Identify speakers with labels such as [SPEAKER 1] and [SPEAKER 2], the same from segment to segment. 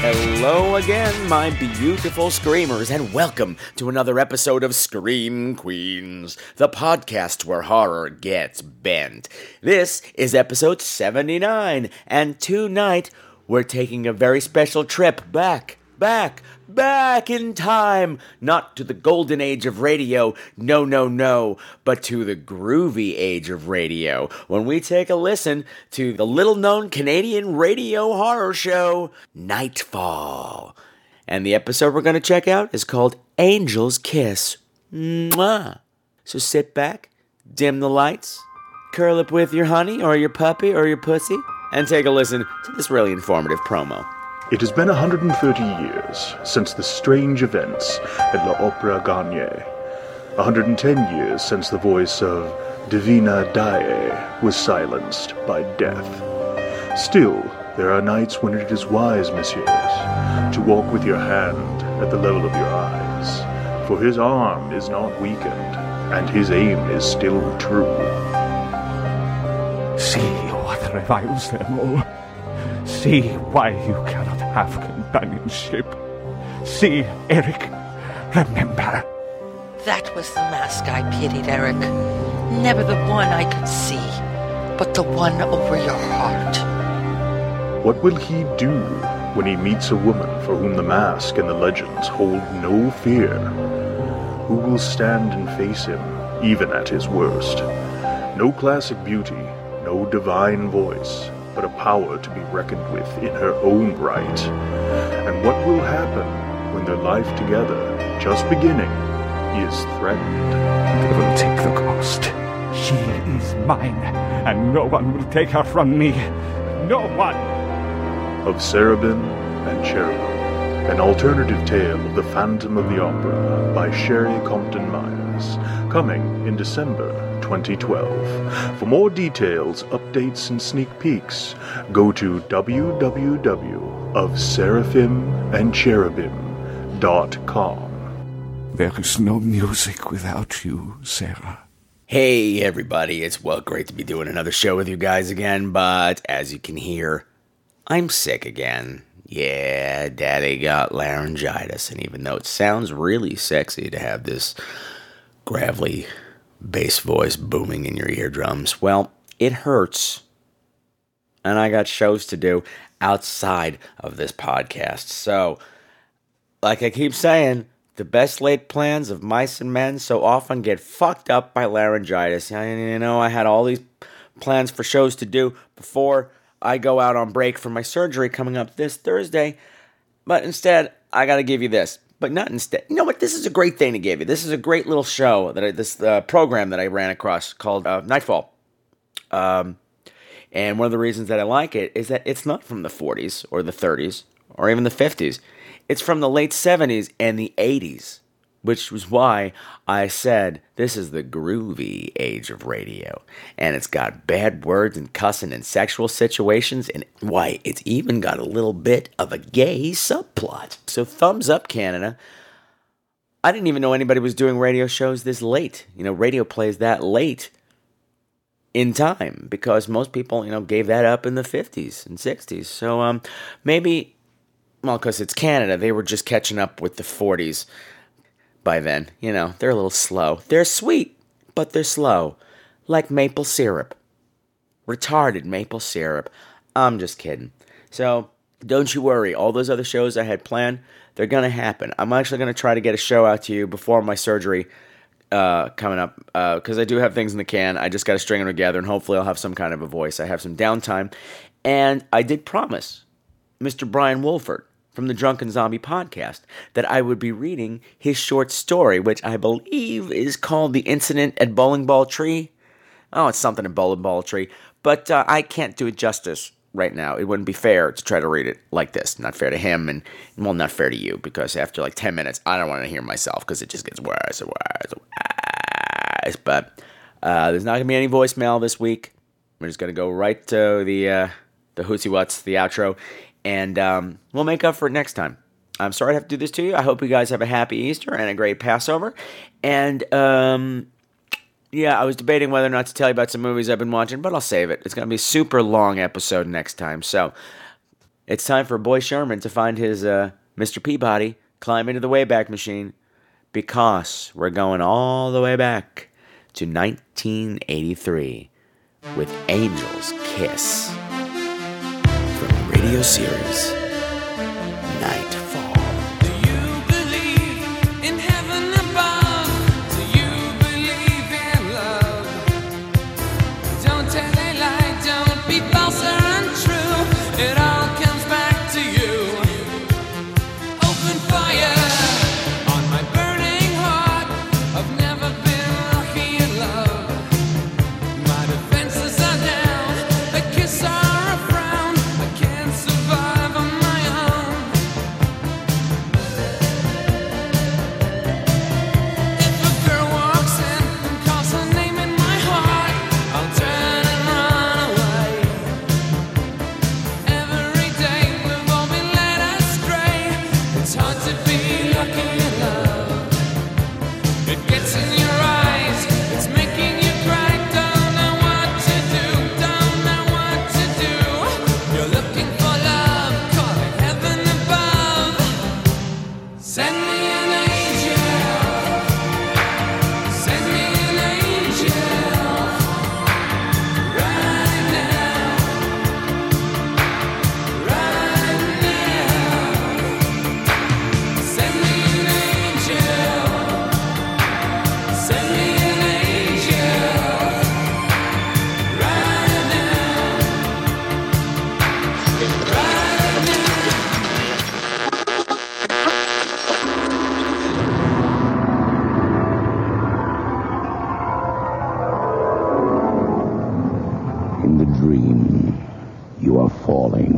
[SPEAKER 1] Hello again, my beautiful screamers, and welcome to another episode of Scream Queens, the podcast where horror gets bent. This is episode 79, and tonight we're taking a very special trip back, back, back in time. Not to the golden age of radio, no, no, no, but to the groovy age of radio when we take a listen to the little known Canadian radio horror show, Nightfall. And the episode we're going to check out is called Angel's Kiss. Mwah. So sit back, dim the lights, curl up with your honey or your puppy or your pussy, and take a listen to this really informative promo.
[SPEAKER 2] It has been 130 years since the strange events at La Opera Garnier. 110 years since the voice of Divina Dai was silenced by death. Still, there are nights when it is wise, messieurs, to walk with your hand at the level of your eyes, for his arm is not weakened, and his aim is still true.
[SPEAKER 3] See what revives them all. See why you cannot have companionship. See, Eric, remember.
[SPEAKER 4] That was the mask I pitied, Eric. Never the one I could see, but the one over your heart.
[SPEAKER 2] What will he do when he meets a woman for whom the mask and the legends hold no fear? Who will stand and face him, even at his worst? No classic beauty, no divine voice, but a power to be reckoned with in her own right. And what will happen when their life together, just beginning, is threatened?
[SPEAKER 3] They will take the cost. She is mine, and no one will take her from me. No one.
[SPEAKER 2] Of Cherubim and Cherubim, an alternative tale of the Phantom of the Opera by Sherry Compton Myers, coming in December 2012. For more details, updates, and sneak peeks, go to www.ofseraphimandcherubim.com.
[SPEAKER 3] There is no music without you, Sarah.
[SPEAKER 1] Hey, everybody, it's well great to be doing another show with you guys again, but as you can hear, I'm sick again. Yeah, daddy got laryngitis, and even though it sounds really sexy to have this gravelly bass voice booming in your eardrums, well, it hurts. And I got shows to do outside of this podcast, so like I keep saying, the best laid plans of mice and men so often get fucked up by laryngitis. I, you know, I had all these plans for shows to do before I go out on break for my surgery coming up this Thursday, but instead, I got to give you this. But not instead. You know what? This is a great thing to give you. This is a great little show that I, this uh, program that I ran across called uh, Nightfall. Um, And one of the reasons that I like it is that it's not from the 40s or the 30s or even the 50s. It's from the late 70s and the 80s, which was why I said this is the groovy age of radio. And it's got bad words and cussing and sexual situations, and why, it's even got a little bit of a gay subplot. So, thumbs up, Canada. I didn't even know anybody was doing radio shows this late. You know, radio plays that late in time because most people, you know, gave that up in the 50s and 60s. So um, maybe, well, because it's Canada, they were just catching up with the 40s by then. You know, they're a little slow. They're sweet, but they're slow, like maple syrup. Retarded maple syrup. I'm just kidding. So don't you worry. All those other shows I had planned, they're going to happen. I'm actually going to try to get a show out to you before my surgery uh, coming up because I do have things in the can. I just got to string them together, and hopefully, I'll have some kind of a voice. I have some downtime, and I did promise Mr. Brian Wolford from the Drunken Zombie podcast that I would be reading his short story, which I believe is called "The Incident at Bowling Ball Tree." Oh, it's something at Bowling Ball Tree, but uh, I can't do it justice right now. It wouldn't be fair to try to read it like this. Not fair to him, and well, not fair to you because after like ten minutes, I don't want to hear myself because it just gets worse and worse. And worse. guys, but uh, there's not gonna be any voicemail this week. We're just gonna go right to the uh, the Hootsie What's the outro, and um, we'll make up for it next time. I'm sorry I have to do this to you. I hope you guys have a happy Easter and a great Passover. And um, yeah, I was debating whether or not to tell you about some movies I've been watching, but I'll save it. It's gonna be a super long episode next time. So it's time for Boy Sherman to find his uh, Mr. Peabody, climb into the Wayback Machine, because we're going all the way back to 1983 with Angel's Kiss from the radio series Nightfall.
[SPEAKER 5] Do you believe in heaven above? Do you believe in love? Don't tell a lie, don't be false or untrue. It all comes back to you. Open fire on my burning heart. I've never been lucky in love. My defenses are down. A kiss or a frown. I can't survive on my own. If a girl walks in and calls her name in my heart, I'll turn and run away. Every day we've all been led astray. It's hard to be lucky in love. It gets in your eyes, it's making you cry. Don't know what to do, don't know what to do. You're looking for love, call it heaven above. Send me an angel. Send me an angel right now, right now. Send me an angel. Send me an angel right now, right now.
[SPEAKER 6] In the dream, you are falling,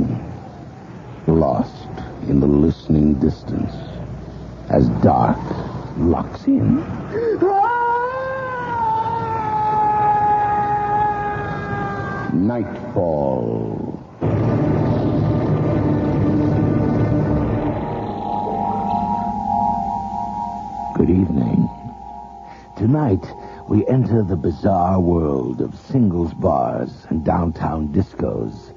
[SPEAKER 6] lost in the listening distance as dark locks in. Nightfall. Good evening. Tonight, we enter the bizarre world of singles bars and downtown discos.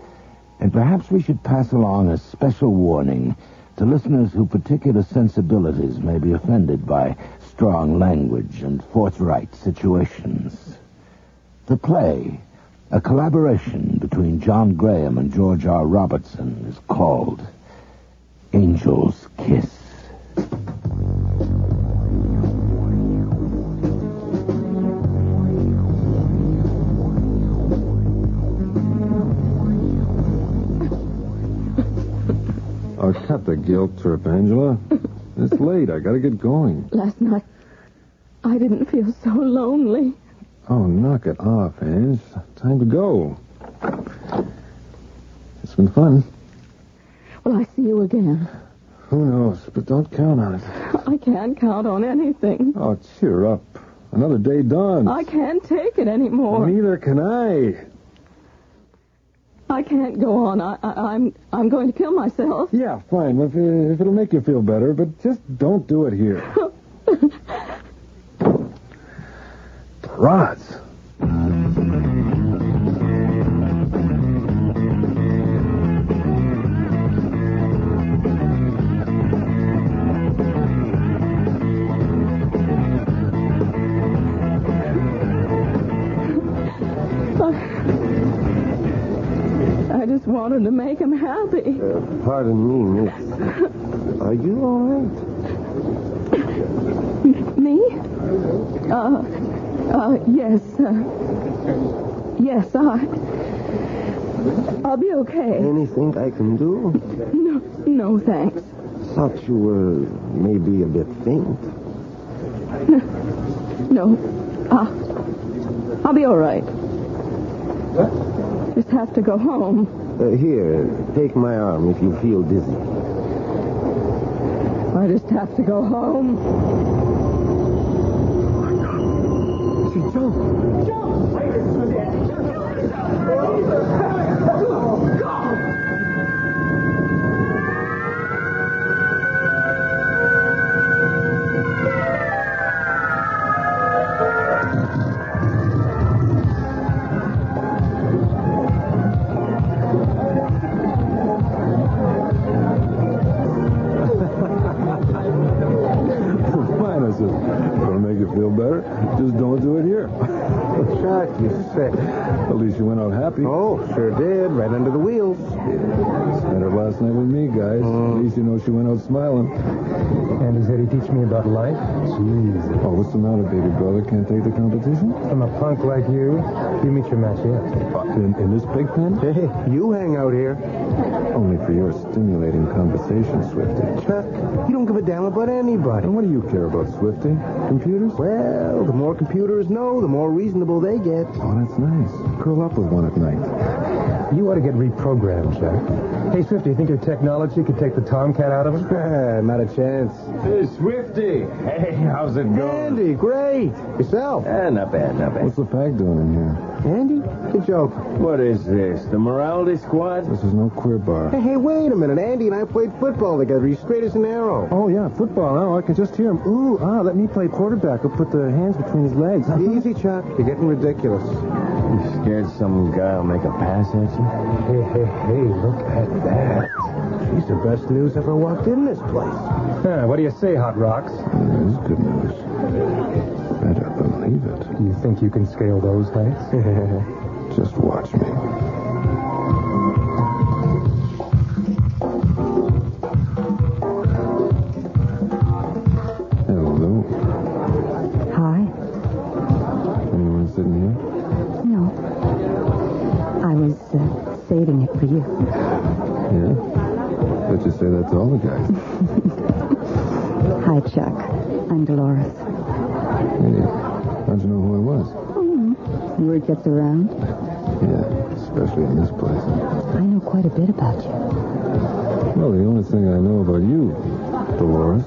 [SPEAKER 6] And perhaps we should pass along a special warning to listeners whose particular sensibilities may be offended by strong language and forthright situations. The play, a collaboration between John Graham and George R. Robertson, is called Angel's Kiss.
[SPEAKER 7] Oh, cut the guilt trip, Angela. It's late. I gotta get going.
[SPEAKER 8] Last night, I didn't feel so lonely.
[SPEAKER 7] Oh, knock it off, Ange. Time to go. It's been fun.
[SPEAKER 8] Will I see you again?
[SPEAKER 7] Who knows? But don't count on it.
[SPEAKER 8] I can't count on anything.
[SPEAKER 7] Oh, cheer up. Another day dawns.
[SPEAKER 8] I can't take it anymore.
[SPEAKER 7] Neither can I.
[SPEAKER 8] I can't go on. I, I, I'm I'm going to kill myself.
[SPEAKER 7] Yeah, fine. If, if it'll make you feel better, but just don't do it here. Rods.
[SPEAKER 8] I just wanted to make him happy.
[SPEAKER 7] Pardon me, miss. Are you all right?
[SPEAKER 8] Me? Uh, uh, yes. Uh, yes, I. I'll be okay.
[SPEAKER 7] Anything I can do?
[SPEAKER 8] No, no, thanks.
[SPEAKER 7] Thought you were maybe a bit faint.
[SPEAKER 8] No. Uh, I'll be all right. Just have to go home.
[SPEAKER 7] Uh, here, take my arm if you feel dizzy.
[SPEAKER 8] I just have to go home.
[SPEAKER 7] She feel better. Just don't do it here.
[SPEAKER 9] Chuck, you sick.
[SPEAKER 7] At least you went out happy.
[SPEAKER 9] Oh, sure did. Right under the wheels. Uh.
[SPEAKER 7] Spent her last night with me, guys. At least you know she went out smiling.
[SPEAKER 10] And does Eddie teach me about life?
[SPEAKER 7] Oh, what's the matter, baby brother? Can't take the competition?
[SPEAKER 10] From a punk like you, you meet your match here.
[SPEAKER 7] Uh, In, in this pig pen?
[SPEAKER 9] Hey, you hang out here.
[SPEAKER 7] Only for your stimulating conversation, Swifty.
[SPEAKER 9] Chuck, you don't give a damn about anybody.
[SPEAKER 7] And what do you care about, Swifty? Computers?
[SPEAKER 9] Well, the more computers know, the more reasonable they get.
[SPEAKER 7] Oh, that's nice. Curl up with one at night.
[SPEAKER 10] You ought to get reprogrammed, Jack. Hey, Swift, do you think your technology could take the tomcat out of him?
[SPEAKER 9] Not a chance.
[SPEAKER 7] Hey, Swifty. Hey, how's it
[SPEAKER 9] Andy, great. Yourself?
[SPEAKER 11] Eh, not bad, not bad.
[SPEAKER 7] What's the pack doing in here?
[SPEAKER 9] Andy, good joke.
[SPEAKER 11] What is this? The morality squad?
[SPEAKER 7] This is no queer bar.
[SPEAKER 9] Hey, hey, wait a minute. Andy and I played football together. He's straight as an arrow.
[SPEAKER 7] Oh, yeah, football. Oh, I can just hear him. Ooh, ah, let me play quarterback. I'll put the hands between his legs.
[SPEAKER 9] Easy, Chuck. You're getting ridiculous.
[SPEAKER 11] You scared some guy will make a pass at you?
[SPEAKER 9] Hey, hey, hey, look at that. He's the best news ever walked in this place.
[SPEAKER 11] Eh,
[SPEAKER 10] Huh, what do you say, Hot Rocks?
[SPEAKER 7] That is good news. Better believe it.
[SPEAKER 10] Do you think you can scale those heights?
[SPEAKER 7] Just watch me. Hello.
[SPEAKER 12] Hi.
[SPEAKER 7] Anyone sitting here?
[SPEAKER 12] No. I was uh, saving it for you.
[SPEAKER 7] Yeah? Bet you say that to all the guys.
[SPEAKER 12] Hi, Chuck. I'm Dolores.
[SPEAKER 7] Hey, how'd you know who I was?
[SPEAKER 12] Word gets around.
[SPEAKER 7] Yeah, especially in this place.
[SPEAKER 12] I know quite a bit about you.
[SPEAKER 7] Well, the only thing I know about you, Dolores,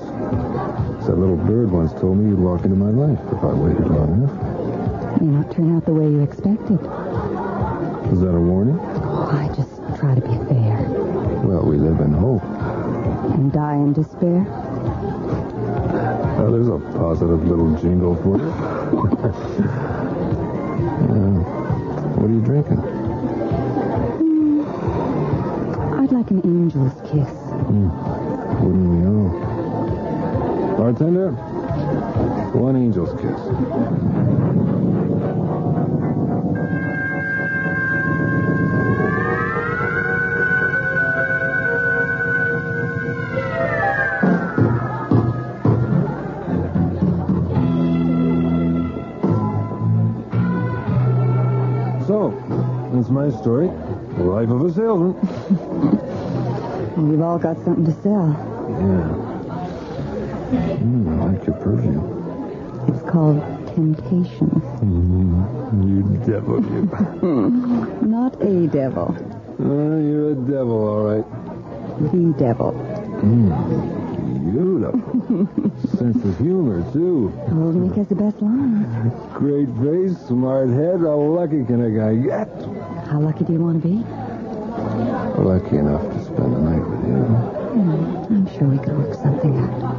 [SPEAKER 7] is that little bird once told me you'd walk into my life if I waited long enough.
[SPEAKER 12] May not turn out the way you expected.
[SPEAKER 7] Is that a warning?
[SPEAKER 12] Oh, I just try to be fair.
[SPEAKER 7] Well, we live in hope.
[SPEAKER 12] And die in despair?
[SPEAKER 7] Oh, there's a positive little jingle for you. Yeah. What are you drinking?
[SPEAKER 12] Mm, I'd like an angel's kiss.
[SPEAKER 7] Mm. Wouldn't we all? Bartender, one angel's kiss. So, that's my story. The life of a salesman.
[SPEAKER 12] And we've all got something to sell.
[SPEAKER 7] Yeah. Mm, I like your perfume.
[SPEAKER 12] It's called Temptation.
[SPEAKER 7] You devil, you.
[SPEAKER 12] Not a devil,
[SPEAKER 7] Ah, you're a devil, all right. Hmm,
[SPEAKER 12] the devil.
[SPEAKER 7] Beautiful. Sense of humor, too.
[SPEAKER 12] Old Nick has the best line.
[SPEAKER 7] Great face, smart head. How lucky can a guy get?
[SPEAKER 12] How lucky do you want to be?
[SPEAKER 7] Lucky enough to spend the night with you.
[SPEAKER 12] Hmm, I'm sure we can work something out.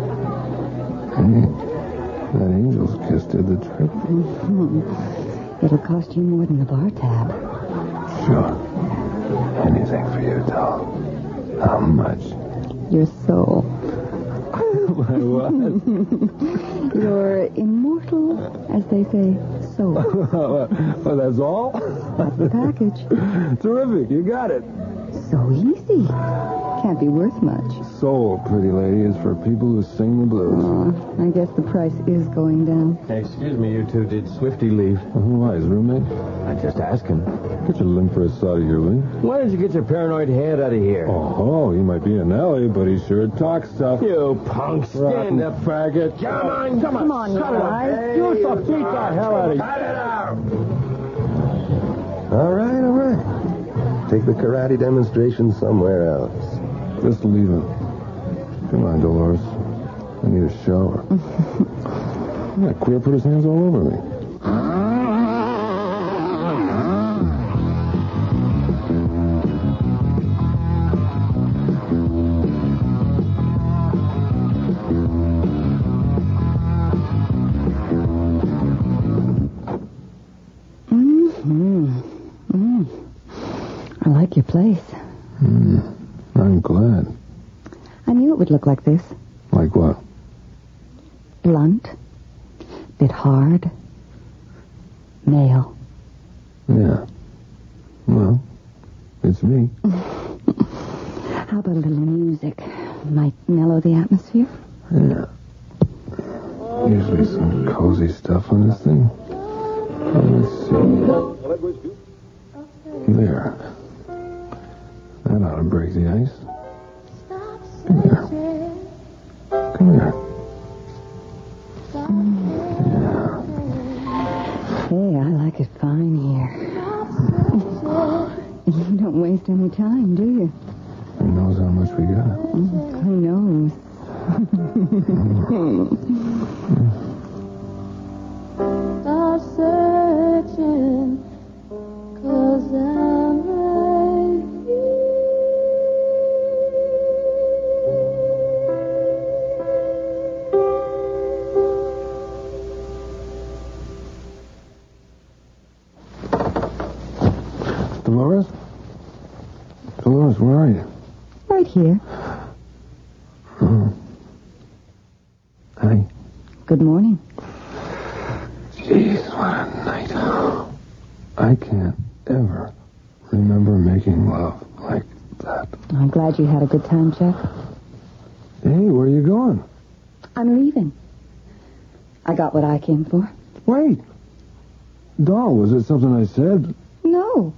[SPEAKER 7] Hey, that Hmm. angel's kiss did the trick.
[SPEAKER 12] Hmm. It'll cost you more than the bar tab.
[SPEAKER 7] Sure. Anything for you, doll. How much?
[SPEAKER 12] Your soul.
[SPEAKER 7] My what?
[SPEAKER 12] Your immortal, as they say, soul.
[SPEAKER 7] well, that's all?
[SPEAKER 12] That's the package.
[SPEAKER 7] Terrific. You got it.
[SPEAKER 12] So easy. Can't be worth much.
[SPEAKER 7] Soul, pretty lady, is for people who sing the blues.
[SPEAKER 12] Aw, I guess the price is going down.
[SPEAKER 11] Hey, excuse me, you two. Did Swifty leave?
[SPEAKER 7] Why, his roommate?
[SPEAKER 11] I just asked him.
[SPEAKER 7] Get your limp wrists out of here, will you?
[SPEAKER 11] Why don't you get your paranoid head out of here?
[SPEAKER 7] Oh, he might be an alley, but he sure talks stuff.
[SPEAKER 11] You punk,
[SPEAKER 7] Rotten
[SPEAKER 11] stand up.
[SPEAKER 7] faggot.
[SPEAKER 11] Come on, come on.
[SPEAKER 12] Come on,
[SPEAKER 7] Shut it up. You shall beat the hell out of you.
[SPEAKER 11] Cut it out.
[SPEAKER 7] All right, all right.
[SPEAKER 11] Take the karate demonstration somewhere else.
[SPEAKER 7] Just leave it. Come on, Dolores. I need a shower. that queer put his hands all over me.
[SPEAKER 12] Mm-hmm. I like your place.
[SPEAKER 7] Hmm. I'm glad.
[SPEAKER 12] I knew it would look like this.
[SPEAKER 7] Like what?
[SPEAKER 12] Blunt. bit hard. Male.
[SPEAKER 7] Yeah. Well, it's me.
[SPEAKER 12] How about a little music? Might mellow the atmosphere.
[SPEAKER 7] Yeah. Usually some cozy stuff on this thing. Uh, Let's see. There. That ought to break the ice. Come here.
[SPEAKER 12] Hey, I like it fine here. You don't waste any time, do you?
[SPEAKER 7] Who knows how much we got?
[SPEAKER 12] Mm, Who knows?
[SPEAKER 13] Stop searching, cause I'm right
[SPEAKER 7] Dolores? Dolores, where are you?
[SPEAKER 12] Right here.
[SPEAKER 7] Oh. Hi.
[SPEAKER 12] Good morning.
[SPEAKER 7] Jeez, what a night. I can't ever remember making love like.
[SPEAKER 12] I'm glad you had a good time, Jack.
[SPEAKER 7] Hey, where are you going?
[SPEAKER 12] I'm leaving. I got what I came for.
[SPEAKER 7] Wait. Doll, was it something I said?
[SPEAKER 12] No.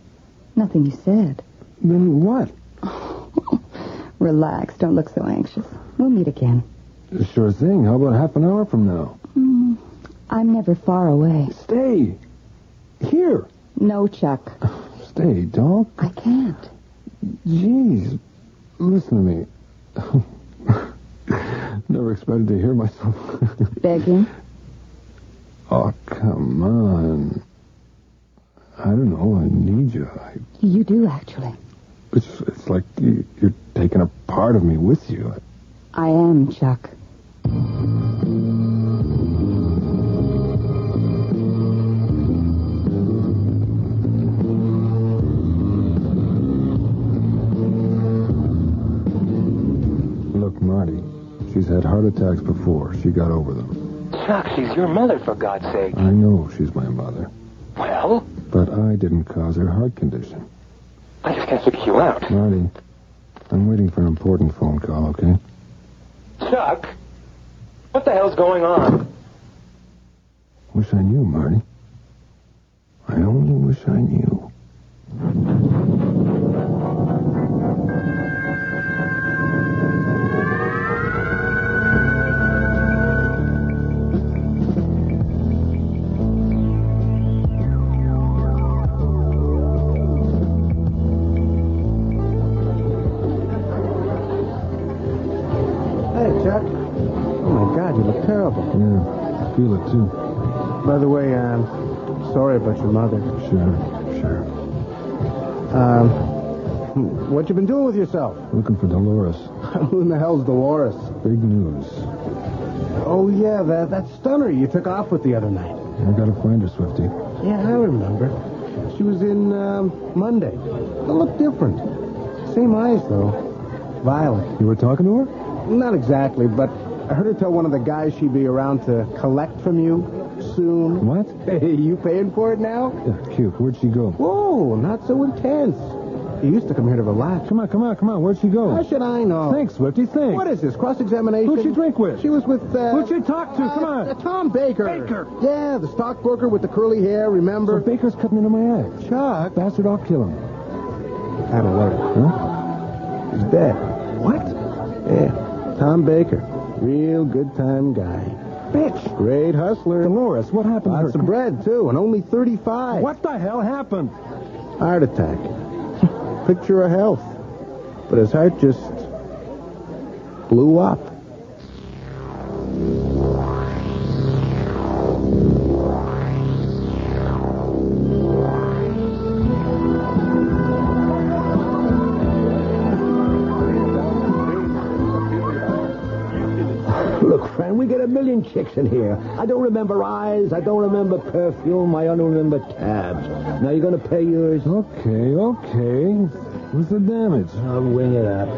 [SPEAKER 12] Nothing you said.
[SPEAKER 7] Then what?
[SPEAKER 12] Relax. Don't look so anxious. We'll meet again.
[SPEAKER 7] Sure thing. How about half an hour from now?
[SPEAKER 12] Hmm. I'm never far away.
[SPEAKER 7] Stay. Here.
[SPEAKER 12] No, Chuck.
[SPEAKER 7] Stay, Doll.
[SPEAKER 12] I can't.
[SPEAKER 7] Jeez. Listen to me. Never expected to hear myself.
[SPEAKER 12] Begging?
[SPEAKER 7] oh, come on. I don't know. I need you. I,
[SPEAKER 12] You do, actually.
[SPEAKER 7] it's, it's like you, you're taking a part of me with you.
[SPEAKER 12] I am, Chuck.
[SPEAKER 7] Look, Marty, she's had heart attacks before. She got over them.
[SPEAKER 9] Chuck, she's your mother, for God's sake.
[SPEAKER 7] I know she's my mother,
[SPEAKER 9] Well,
[SPEAKER 7] but I didn't cause her heart condition.
[SPEAKER 9] I just can't figure you out.
[SPEAKER 7] Marty, I'm waiting for an important phone call, okay?
[SPEAKER 9] Chuck, what the hell's going on?
[SPEAKER 7] Wish I knew, Marty. I only wish I knew.
[SPEAKER 9] Hey, Chuck. Oh, my God, you look terrible.
[SPEAKER 7] Yeah, feel it, too.
[SPEAKER 9] By the way, I'm sorry about your mother.
[SPEAKER 7] Sure, sure.
[SPEAKER 9] Um, what you been doing with yourself?
[SPEAKER 7] Looking for Dolores.
[SPEAKER 9] Who in the hell's Dolores?
[SPEAKER 7] Big news.
[SPEAKER 9] Oh, yeah, that, that stunner you took off with the other night.
[SPEAKER 7] I gotta find her, Swifty.
[SPEAKER 9] Yeah, I remember. She was in um, Monday. It looked different. Same eyes, though. Violet.
[SPEAKER 7] You were talking to her?
[SPEAKER 9] Not exactly, but I heard her tell one of the guys she'd be around to collect from you soon.
[SPEAKER 7] What?
[SPEAKER 9] Hey, you paying for it now?
[SPEAKER 7] Yeah, cute. Where'd she go?
[SPEAKER 9] Whoa, not so intense. You used to come here to relax.
[SPEAKER 7] Come on, come on, come on. Where'd she go?
[SPEAKER 9] How should I know?
[SPEAKER 7] Thanks, Swifty, thanks.
[SPEAKER 9] What is this, cross-examination?
[SPEAKER 7] Who'd she drink with?
[SPEAKER 9] She was with, uh...
[SPEAKER 7] Who'd she talk to?
[SPEAKER 9] uh,
[SPEAKER 7] Come on.
[SPEAKER 9] uh, Tom Baker.
[SPEAKER 7] Baker.
[SPEAKER 9] Yeah, the stockbroker with the curly hair,
[SPEAKER 7] So
[SPEAKER 9] remember?
[SPEAKER 7] Baker's cutting into my act.
[SPEAKER 9] Chuck.
[SPEAKER 7] Bastard, I'll kill him.
[SPEAKER 9] Had a letter.
[SPEAKER 7] Huh?
[SPEAKER 9] He's dead. What? Yeah, Tom Baker. Real good time guy.
[SPEAKER 7] Bitch!
[SPEAKER 9] Great hustler.
[SPEAKER 7] Dolores, what happened
[SPEAKER 9] Lots
[SPEAKER 7] to
[SPEAKER 9] of
[SPEAKER 7] her?
[SPEAKER 9] bread, too, and only 35.
[SPEAKER 7] What the hell happened?
[SPEAKER 9] Heart attack. Picture of health. But his heart just blew up.
[SPEAKER 14] Look, friend, we get a million chicks in here. I don't remember eyes. I don't remember perfume. I don't remember tabs. Now you're going to pay yours.
[SPEAKER 7] Okay, okay. What's the damage? Hmm.
[SPEAKER 14] I'll wing it up.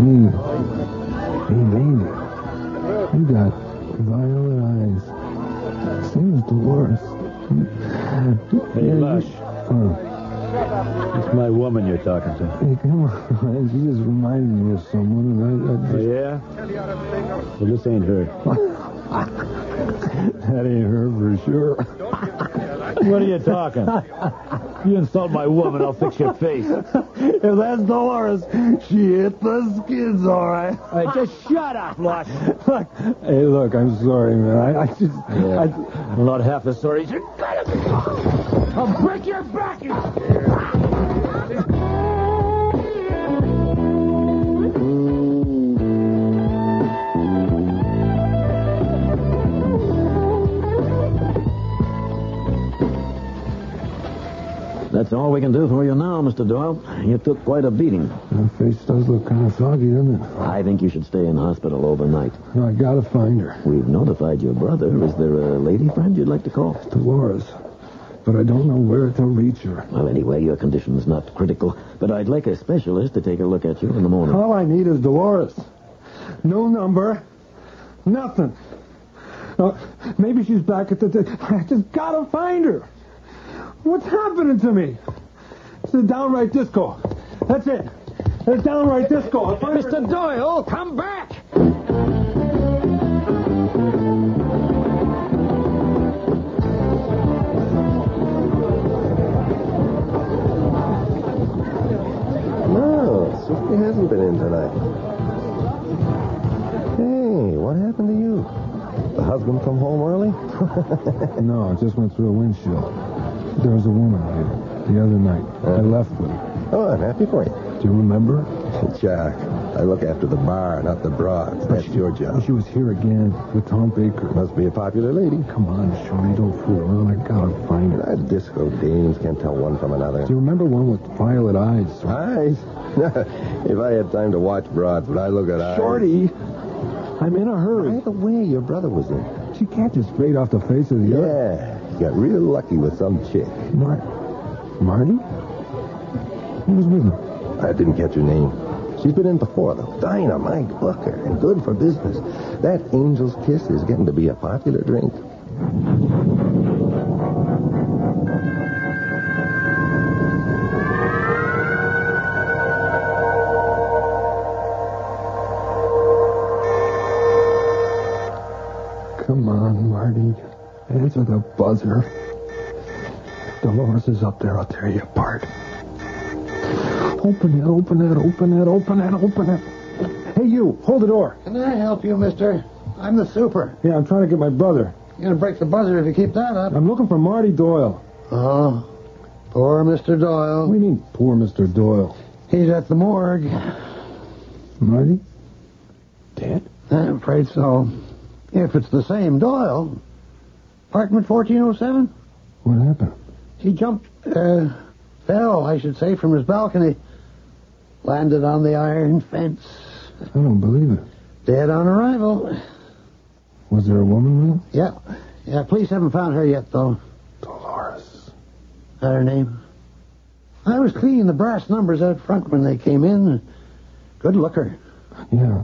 [SPEAKER 7] Hey, hey, lady. You got Violet eyes. Seems the worst.
[SPEAKER 15] Hey,
[SPEAKER 7] Yeah, you-
[SPEAKER 15] Lush.
[SPEAKER 7] Oh.
[SPEAKER 15] It's my woman you're talking to.
[SPEAKER 7] Hey, come on. She just reminded me of someone, and I, I just...
[SPEAKER 15] Oh, yeah? Well, this ain't her.
[SPEAKER 7] that ain't her for sure.
[SPEAKER 15] What are you talking? You insult my woman, I'll fix your face.
[SPEAKER 7] if that's Dolores, she hit the skids, all right.
[SPEAKER 15] All right, just shut up, Lush.
[SPEAKER 7] Look, hey, look, I'm sorry, man. I, I just...
[SPEAKER 15] Yeah.
[SPEAKER 7] I,
[SPEAKER 15] I'm not half as sorry as you're gonna be. I'll break your back. you-
[SPEAKER 16] That's all we can do for you now, Mr. Doyle. You took quite a beating.
[SPEAKER 7] Her face does look kind of foggy, doesn't it?
[SPEAKER 16] I think you should stay in hospital overnight.
[SPEAKER 7] No, I gotta find her.
[SPEAKER 16] We've notified your brother. Is there a lady friend you'd like to call?
[SPEAKER 7] Dolores. But I don't know where to reach her.
[SPEAKER 16] Well, anyway, your condition's not critical, but I'd like a specialist to take a look at you in the morning.
[SPEAKER 7] All I need is Dolores. No number. Nothing. Uh, maybe she's back at the. I just gotta find her. What's happening to me? It's a downright disco. That's it. It's downright disco. Mr. Doyle, come back!
[SPEAKER 9] No, Swifty hasn't been in tonight. Hey, what happened to you? The husband come home early?
[SPEAKER 7] no, I just went through a windshield. There was a woman here the other night. I
[SPEAKER 9] Uh.
[SPEAKER 7] left with her.
[SPEAKER 9] Oh, I'm happy for you.
[SPEAKER 7] Do you remember?
[SPEAKER 9] Jack, I look after the bar, not the broads. That's your job.
[SPEAKER 7] She was here again with Tom Baker.
[SPEAKER 9] Must be a popular lady.
[SPEAKER 7] Come on, Shorty, don't fool
[SPEAKER 9] Oh
[SPEAKER 7] around. I gotta find her.
[SPEAKER 9] That disco dames can't tell one from another.
[SPEAKER 7] Do you remember one with violet eyes?
[SPEAKER 9] Eyes? if I had time to watch broads, would I look at eyes?
[SPEAKER 7] Shorty, I'm in a hurry.
[SPEAKER 9] By the way, your brother was there.
[SPEAKER 7] She can't just fade off the face of the earth.
[SPEAKER 9] Yeah, he got real lucky with some chick.
[SPEAKER 7] Mar- Marty? Who was with her?
[SPEAKER 9] I didn't catch her name. She's been in before, though. Dynamite Booker, and good for business. That angel's kiss is getting to be a popular drink.
[SPEAKER 7] Come on, Marty. Answer the buzzer. Dolores is up there. I'll tear you apart. Open it, open it, open it, open it, open it. Hey, you, hold the door.
[SPEAKER 11] Can I help you, mister? I'm the super.
[SPEAKER 7] Yeah, I'm trying to get my brother.
[SPEAKER 11] You're going to break the buzzer if you keep that up.
[SPEAKER 7] I'm looking for Marty Doyle.
[SPEAKER 11] Oh, poor Mr. Doyle.
[SPEAKER 7] We need poor Mr. Doyle.
[SPEAKER 11] He's at the morgue.
[SPEAKER 7] Marty?
[SPEAKER 11] Dead? I'm afraid so. If it's the same Doyle. Apartment 1407?
[SPEAKER 7] What happened?
[SPEAKER 11] He jumped, uh, fell, I should say, from his balcony. Landed on the iron fence.
[SPEAKER 7] I don't believe it.
[SPEAKER 11] Dead on arrival.
[SPEAKER 7] Was there a woman with him?
[SPEAKER 11] Yeah. Yeah, police haven't found her yet, though.
[SPEAKER 7] Dolores.
[SPEAKER 11] Not her name. I was cleaning the brass numbers out front when they came in. Good looker.
[SPEAKER 7] Yeah.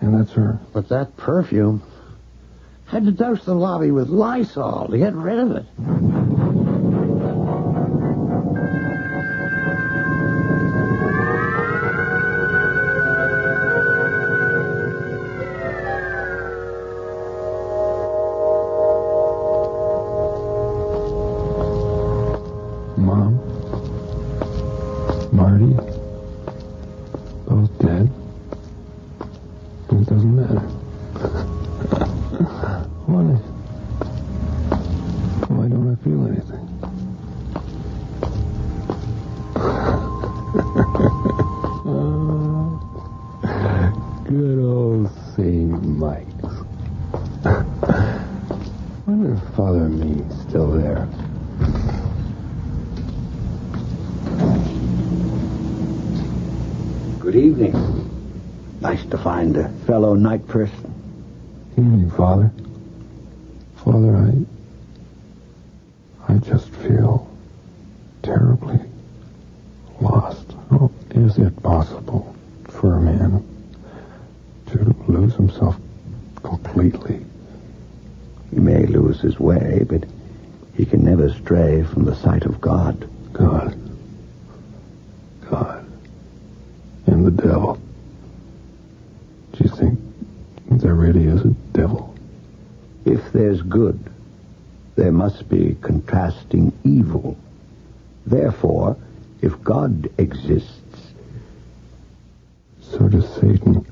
[SPEAKER 7] And that's her.
[SPEAKER 11] But that perfume. Had to douse the lobby with Lysol to get rid of it.
[SPEAKER 7] Mom? Marty? Both dead? It doesn't matter. Why? Why don't I feel anything? Good old St. Mike's. wonder if Father Mean's still there.
[SPEAKER 17] Good evening. Nice to find a fellow night person.
[SPEAKER 7] Evening, Father. Father, I. I just feel terribly lost. Oh, is it possible for a man to lose himself completely
[SPEAKER 6] lose his way, but he can never stray from the sight of God. God. God.
[SPEAKER 7] And the devil. Do you think there really is a devil?
[SPEAKER 6] If there's good, there must be contrasting evil. Therefore, if God exists,
[SPEAKER 7] so does Satan.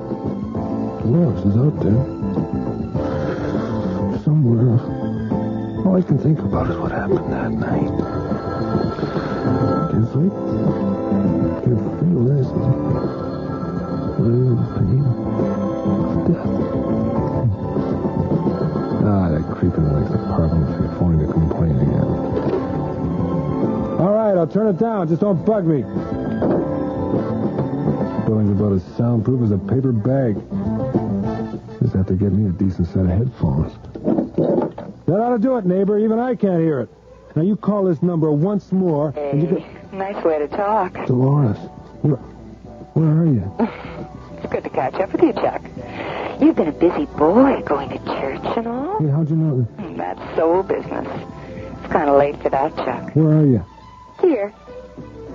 [SPEAKER 7] What else is out there? Somewhere. All I can think about is what happened that night. Can't sleep. Can't feel anything. Real pain. Death. Ah, that creeping like the apartment if only to complain again.
[SPEAKER 18] All right, I'll turn it down. Just don't bug me.
[SPEAKER 7] Building's about as soundproof as a paper bag. Just have to get me a decent set of headphones.
[SPEAKER 18] That ought to do it, neighbor. Even I can't hear it. Now you call this number once more, and you can...
[SPEAKER 12] Nice way to talk.
[SPEAKER 18] Dolores, where, where are you?
[SPEAKER 12] It's good to catch up with you, Chuck. You've been a busy boy going to church and all. Mm,
[SPEAKER 18] Hey, how'd you know?
[SPEAKER 12] That's soul business. It's kind of late for that, Chuck.
[SPEAKER 18] Where are you?
[SPEAKER 12] Here,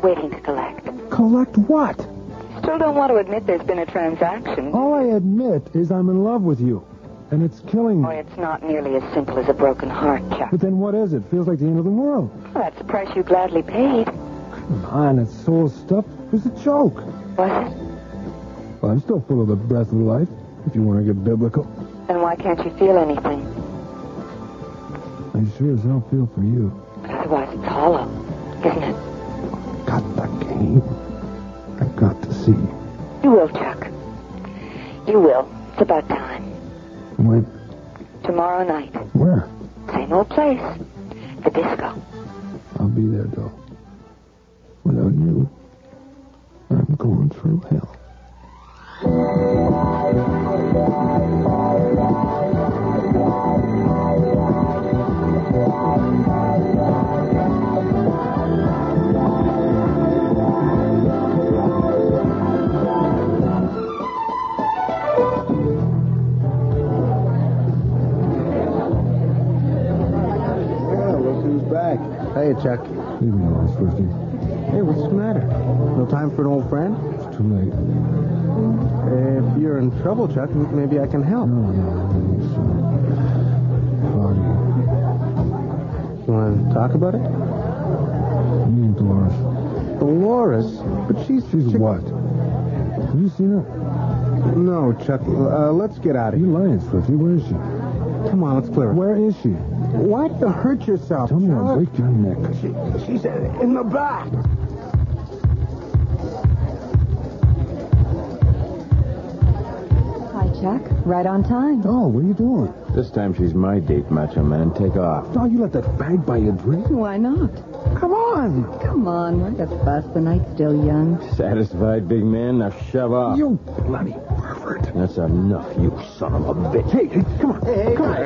[SPEAKER 12] waiting to collect.
[SPEAKER 18] Collect what?
[SPEAKER 12] Mm-hmm. Still don't want to admit there's been a transaction.
[SPEAKER 18] All I admit is I'm in love with you, and it's killing me.
[SPEAKER 12] Boy, it's not nearly as simple as a broken heart, Chuck.
[SPEAKER 18] But then what is it? Feels like the end of the world.
[SPEAKER 12] Well, that's the price you gladly paid,
[SPEAKER 18] Come on, that soul stuff was a joke.
[SPEAKER 12] was it?
[SPEAKER 18] Well, I'm still full of the breath of life, if you want to get biblical.
[SPEAKER 12] Then why can't you feel anything?
[SPEAKER 18] I sure as hell feel for you.
[SPEAKER 12] Otherwise, it's hollow, isn't it?
[SPEAKER 7] I've got to see.
[SPEAKER 12] You will, Chuck. You will. It's about time.
[SPEAKER 7] When?
[SPEAKER 12] Tomorrow night.
[SPEAKER 7] Where?
[SPEAKER 12] Same old place. The disco.
[SPEAKER 7] I'll be there, though. Without you, I'm going through hell.
[SPEAKER 9] Yeah, look who's back. Hey, Chuck.
[SPEAKER 7] Leave me alone, Swifty.
[SPEAKER 9] Hey, what's the matter? No time for an old friend?
[SPEAKER 7] It's too late.
[SPEAKER 9] If you're in trouble, Chuck, maybe I can help. No, You want to talk about it?
[SPEAKER 7] Me and Dolores.
[SPEAKER 9] Dolores? But she's... She's
[SPEAKER 7] what?
[SPEAKER 9] Have you seen her? No, Chuck. Uh, let's get out of here. You lying, Swifty. Where is she? Come on, let's clear it. Where is she? Why do you hurt yourself, Tell me I'll break your neck.
[SPEAKER 6] She's in the back.
[SPEAKER 19] Hi, Chuck. Right on time.
[SPEAKER 7] Oh, what are you doing?
[SPEAKER 20] This time she's my date, macho man. Take off.
[SPEAKER 7] Oh, you let that bag buy you a drink?
[SPEAKER 19] Why not?
[SPEAKER 9] Come on.
[SPEAKER 19] Come on. Why the fuss? The night's still young.
[SPEAKER 20] Satisfied, big man? Now shove off.
[SPEAKER 7] You bloody pervert.
[SPEAKER 20] That's enough, you son of a bitch. Hey,
[SPEAKER 9] Come on. Hey, come on.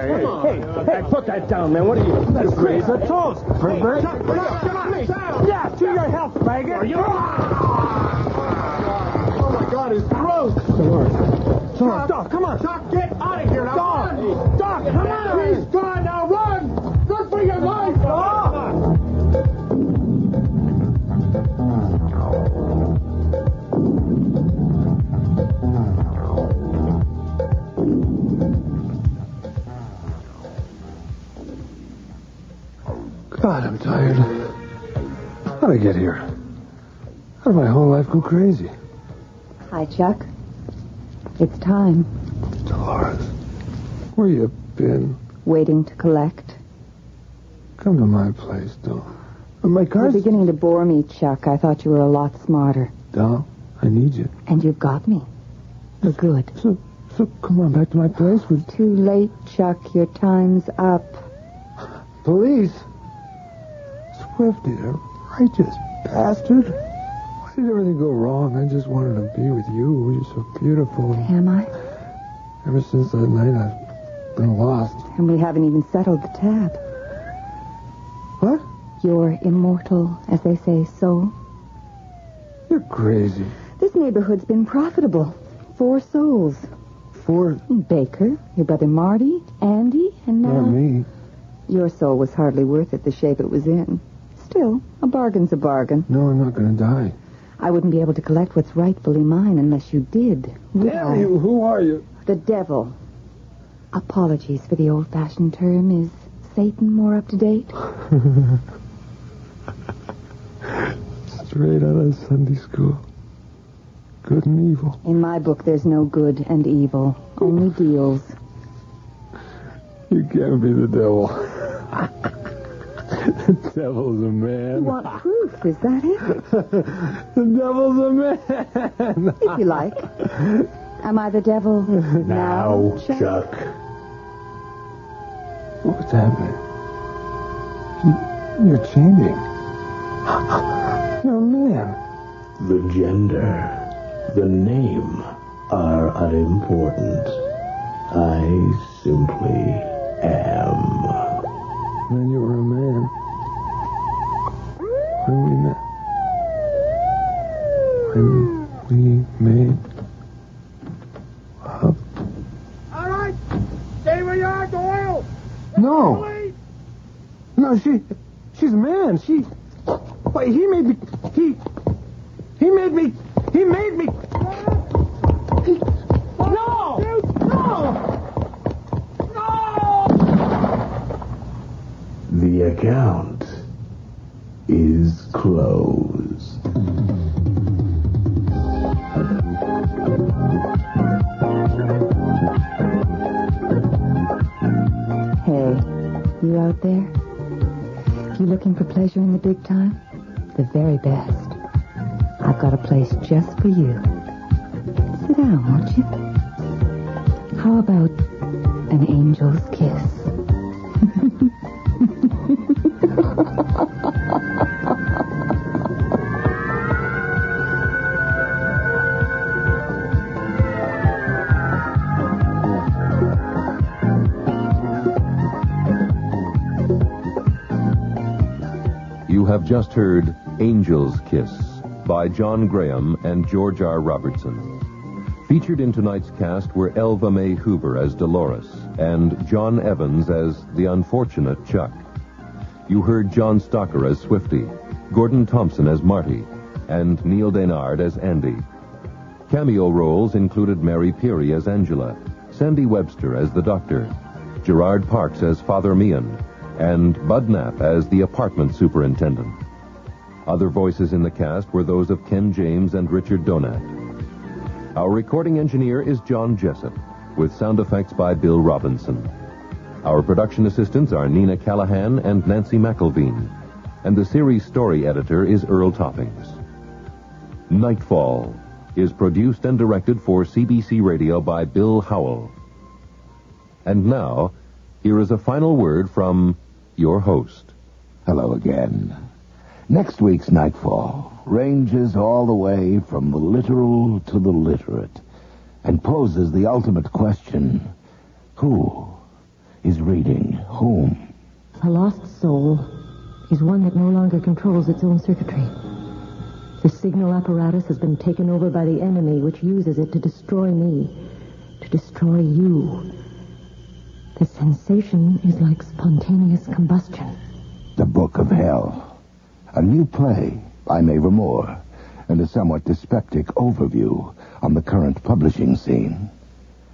[SPEAKER 9] Hey, hey, hey, put that down, man. What are you? That's crazy. A toast. Pervert. Chuck, Chuck, get on me. Yeah, to your health, faggot. Are you? Oh, my God, his throat. Dolores. Doc, Doc, come on. Doc, get out of here now. Doc, Doc, come on. He's gone. Now run. Look for your life. Doc.
[SPEAKER 7] God, I'm tired. How'd I get here? How did my whole life go crazy?
[SPEAKER 19] Hi, Chuck. It's time.
[SPEAKER 7] Dolores, where you been?
[SPEAKER 19] Waiting to collect.
[SPEAKER 7] Come to my place, Dol. My
[SPEAKER 19] You're
[SPEAKER 7] car's...
[SPEAKER 19] beginning to bore me, Chuck. I thought you were a lot smarter.
[SPEAKER 7] Dol, I need you.
[SPEAKER 19] And you've got me.
[SPEAKER 12] for good.
[SPEAKER 9] So, so come on back to my place. With...
[SPEAKER 12] Too late, Chuck. Your time's up.
[SPEAKER 9] Police? Swifty, a righteous bastard. Why did everything go wrong? I just wanted to be with you. You're so beautiful.
[SPEAKER 12] Am I?
[SPEAKER 9] Ever since that night, I've been lost.
[SPEAKER 12] And we haven't even settled the tab.
[SPEAKER 9] What?
[SPEAKER 12] Your immortal, as they say, soul.
[SPEAKER 9] You're crazy.
[SPEAKER 12] This neighborhood's been profitable. Four souls.
[SPEAKER 9] Four?
[SPEAKER 12] Baker, your brother Marty, Andy, and now...
[SPEAKER 9] Not me.
[SPEAKER 12] Your soul was hardly worth it the shape it was in. Still, a bargain's a bargain.
[SPEAKER 9] No, I'm not going to die.
[SPEAKER 12] I wouldn't be able to collect what's rightfully mine unless you did. Would I?
[SPEAKER 9] Damn you, who are you?
[SPEAKER 12] The devil. Apologies for the old-fashioned term. Is Satan more up to date?
[SPEAKER 21] Straight out of Sunday school. Good and evil.
[SPEAKER 12] In my book, there's no good and evil, only deals.
[SPEAKER 21] You can't be the devil. the devil's a man.
[SPEAKER 12] Want proof? Is that it?
[SPEAKER 21] the devil's a man.
[SPEAKER 12] If you like. Am I the devil? Now,
[SPEAKER 21] Chuck. What's happening? You- You're changing. You're a man.
[SPEAKER 17] The gender, the name are unimportant. I simply am.
[SPEAKER 21] Then you were a man. When we met. When we made.
[SPEAKER 7] All right, stay where you are, Doyle.
[SPEAKER 15] No. No, she, she's a man. She, why, he made me, he, he made me, he made me.
[SPEAKER 7] No! No!
[SPEAKER 17] The account is closed.
[SPEAKER 12] Hey, you out there? You looking for pleasure in the big time? The very best. I've got a place just for you. Sit down, won't you? How about an angel's kiss?
[SPEAKER 22] You have just heard Angel's Kiss by John Graham and George R. Robertson. Featured in tonight's cast were Elva Mae Hoover as Dolores and John Evans as the unfortunate Chuck. You heard John Stocker as Swifty, Gordon Thompson as Marty, and Neil Denard as Andy. Cameo roles included Mary Peary as Angela, Sandy Webster as the Doctor, Gerard Parks as Father Meehan, and Bud Knapp as the apartment superintendent. Other voices in the cast were those of Ken James and Richard Donat. Our recording engineer is John Jessup, with sound effects by Bill Robinson. Our production assistants are Nina Callahan and Nancy McElveen, and the series story editor is Earl Toppings. Nightfall is produced and directed for CBC Radio by Bill Howell. And now, here is a final word from your host.
[SPEAKER 17] Hello
[SPEAKER 6] again. Next week's Nightfall ranges all the way from the literal to the literate and poses the ultimate question Who is reading whom?
[SPEAKER 23] A lost soul is one that no longer controls its own circuitry. The signal apparatus has been taken over by the enemy, which uses it to destroy me, to destroy you. The sensation is like spontaneous combustion.
[SPEAKER 6] The Book of Hell. A new play by Mavor Moore and a somewhat dyspeptic overview on the current publishing scene.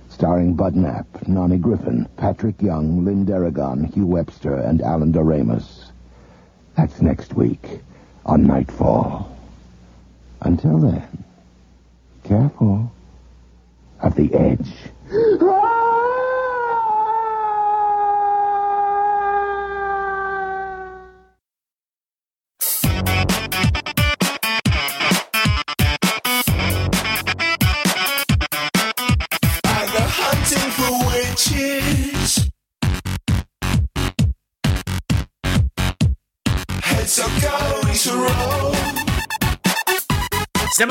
[SPEAKER 6] Starring Bud Knapp, Nonnie Griffin, Patrick Young, Lynn Derrigan, Hugh Webster, and Alan Doremus. That's next week on Nightfall. Until then, careful of the edge.
[SPEAKER 5] Thank you.
[SPEAKER 24] Some